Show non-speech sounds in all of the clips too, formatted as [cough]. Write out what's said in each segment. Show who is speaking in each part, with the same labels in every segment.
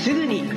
Speaker 1: 役立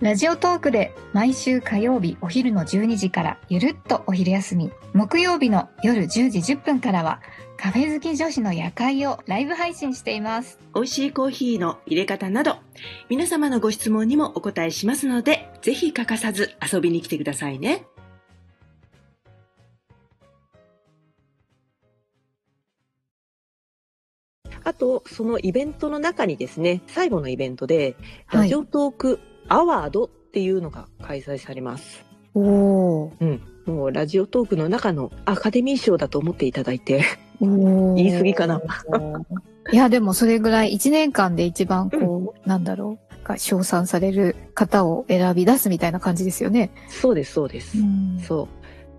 Speaker 2: ラジオトークで毎週火曜日お昼の12時からゆるっとお昼休み、木曜日の夜10時10分からはカフェ好き女子の夜会をライブ配信しています。
Speaker 1: 美味しいコーヒーの入れ方など皆様のご質問にもお答えしますのでぜひ欠かさず遊びに来てくださいねあとそのイベントの中にですね最後のイベントで、
Speaker 2: はい
Speaker 1: ラジオトークアワードっていうのが開催されます
Speaker 2: おー、
Speaker 1: もうラジオトークの中のアカデミー賞だと思っていただいて
Speaker 2: お
Speaker 1: 言い過ぎかな。
Speaker 2: [laughs] いや、でもそれぐらい1年間で一番こう、なんだろう、が称賛される方を選び出すみたいな感じですよね。
Speaker 1: そうですそうです、そ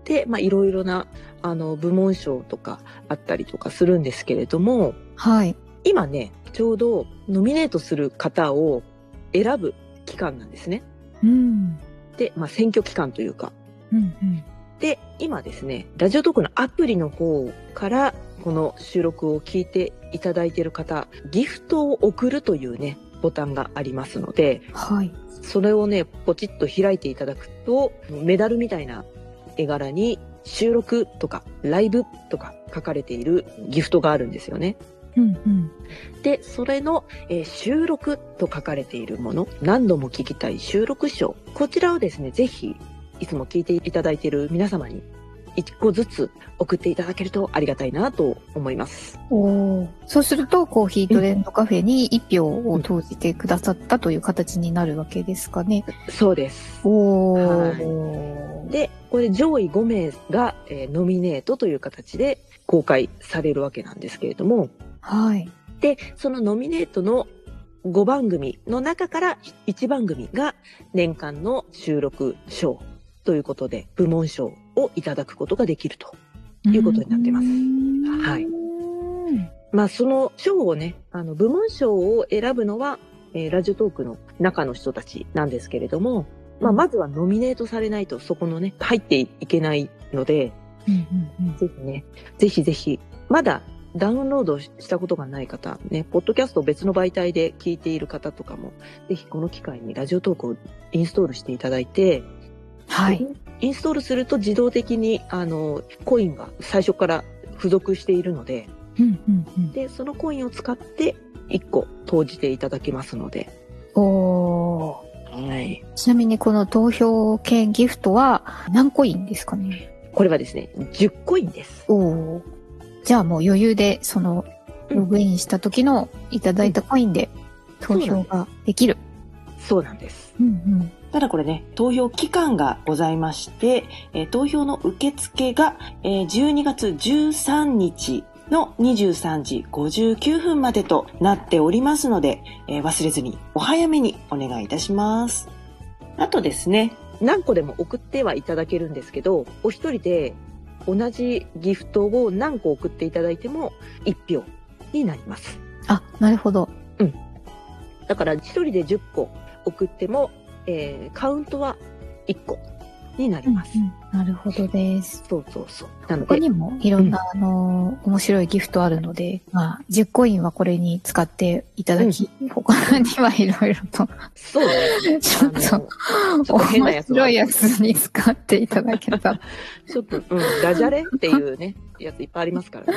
Speaker 1: う。で、まあ、いろいろな、あの、部門賞とかあったりとかするんですけれども、
Speaker 2: はい。
Speaker 1: 今ね、ちょうどノミネートする方を選ぶ期間なんですね。
Speaker 2: うん。
Speaker 1: で、まあ、選挙期間というか。
Speaker 2: うん、うん。
Speaker 1: で、今ですね、ラジオトークのアプリの方から、この収録を聞いていただいている方、ギフトを送るというね、ボタンがありますので、
Speaker 2: はい。
Speaker 1: それをね、ポチッと開いていただくと、メダルみたいな絵柄に収録とかライブとか書かれているギフトがあるんですよね。
Speaker 2: うん、うん。
Speaker 1: で、それの、えー収録と書かれているもの、何度も聞きたい収録賞、こちらをですね、ぜひ、いつも聞いていただいている皆様に、一個ずつ送っていただけるとありがたいなと思います。
Speaker 2: おそうすると、コーヒートレンドカフェに1票を投じてくださったという形になるわけですかね。
Speaker 1: そうです。
Speaker 2: お
Speaker 1: で、これ上位5名が、えーノミネートという形で公開されるわけなんですけれども、
Speaker 2: はい。
Speaker 1: で、そのノミネートの5番組の中から1番組が年間の収録賞ということで、部門賞をいただくことができると。いうことになってます
Speaker 2: は
Speaker 1: はい。まあ、その賞をね、あの、部門賞を選ぶのは、えーラジオトークの中の人たちなんですけれども、まあ、まずはノミネートされないと、そこのね、入っていけないので、
Speaker 2: うんうんうん
Speaker 1: ぜひね、ぜひぜひ、まだダウンロードしたことがない方、ね、ポッドキャストを別の媒体で聞いている方とかも、ぜひこの機会にラジオトークをインストールしていただいて、
Speaker 2: はい。
Speaker 1: インストールすると自動的に、あの、コインが最初から付属しているので、
Speaker 2: うんうんうん
Speaker 1: で、そのコインを使って1個投じていただけますので、
Speaker 2: おー
Speaker 1: はい。
Speaker 2: ちなみにこの投票券ギフトは何コインですかね
Speaker 1: これはですね、10コインです。
Speaker 2: おお。じゃあもう余裕でその
Speaker 1: うん
Speaker 2: ログインした時のいただいたコインで投票ができる。
Speaker 1: そうなんです。
Speaker 2: うんうん。
Speaker 1: ただこれね、投票期間がございまして、えー投票の受付が、えー12月13日の23時59分までとなっておりますので、えー忘れずにお早めにお願いいたします。あとですね、何個でも送ってはいただけるんですけど、お一人で同じギフトを何個送っていただいても1票になります。
Speaker 2: あ、なるほど。
Speaker 1: だから一人で10個送っても、えーカウントは1個になります。
Speaker 2: うんうんなるほどです。
Speaker 1: そうそうそう。なの
Speaker 2: 他
Speaker 1: で、
Speaker 2: にもいろんな、あのー面白いギフトあるので、まあ、10コインはこれに使っていただき、他にはいろいろと、
Speaker 1: そうね。
Speaker 2: ちょ [laughs] っ
Speaker 1: あの
Speaker 2: と、
Speaker 1: ちょっと変なやつ
Speaker 2: 面
Speaker 1: は
Speaker 2: 白いやつに使っていただけた
Speaker 1: [laughs]
Speaker 2: ら。
Speaker 1: ちょっと、うん、ダジャレっていうね、やついっぱいあります
Speaker 2: [laughs]
Speaker 1: から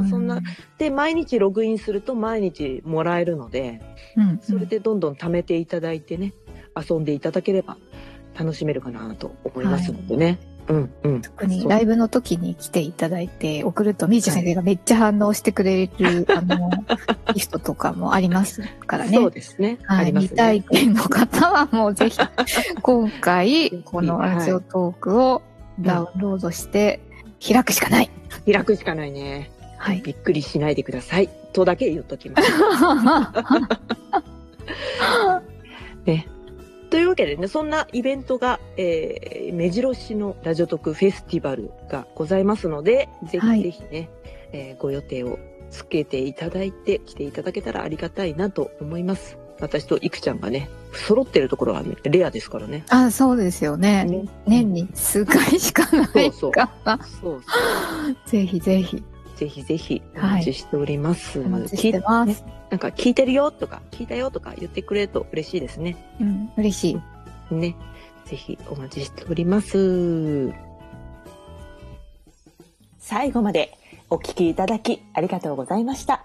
Speaker 1: ね。そんな
Speaker 2: う
Speaker 1: で、毎日ログインすると毎日もらえるので、
Speaker 2: うんうん
Speaker 1: それでどんどん貯めていただいてね、遊んでいただければ楽しめるかなと思いますのでね。うん、うん。
Speaker 2: 特に
Speaker 1: そう
Speaker 2: ライブの時に来ていただいて送ると、みーちゃん先生がめっちゃ反応してくれる、
Speaker 1: [laughs]
Speaker 2: あの、ギフトとかもありますからね。
Speaker 1: そうですね。あ
Speaker 2: はい、
Speaker 1: りま
Speaker 2: 未
Speaker 1: すね
Speaker 2: 体。験の方はもうぜひ、今
Speaker 1: [laughs]
Speaker 2: 回、このラジオトークをダウンロードして、開くしかない。
Speaker 1: 開くしかないね。
Speaker 2: はい。
Speaker 1: びっくりしないでください。
Speaker 2: [laughs]
Speaker 1: とだけ言っときます。ね。というわけでね、そんなイベントが、えー、目白市のラジオ特フェスティバルがございますので、ぜ
Speaker 2: はい
Speaker 1: ひぜひね、えーご予定をつけていただいて、来ていただけたらありがたいなと思います。私といくちゃんがね、揃ってるところはねレアですからね。
Speaker 2: [laughs] あ、そうですよね。
Speaker 1: ね
Speaker 2: 年に数回しかない
Speaker 1: そうそう
Speaker 2: から、
Speaker 1: そうそ
Speaker 2: ぜひぜひ
Speaker 1: う。ぜひぜひお待ちしております。
Speaker 2: お待ちしてます。
Speaker 1: なんか聞いてるよとか、聞いたよとか言ってくれると嬉しいですね。
Speaker 2: うん、嬉しい。
Speaker 1: ね。ぜひお待ちしております。最後までお聞きいただきありがとうございました。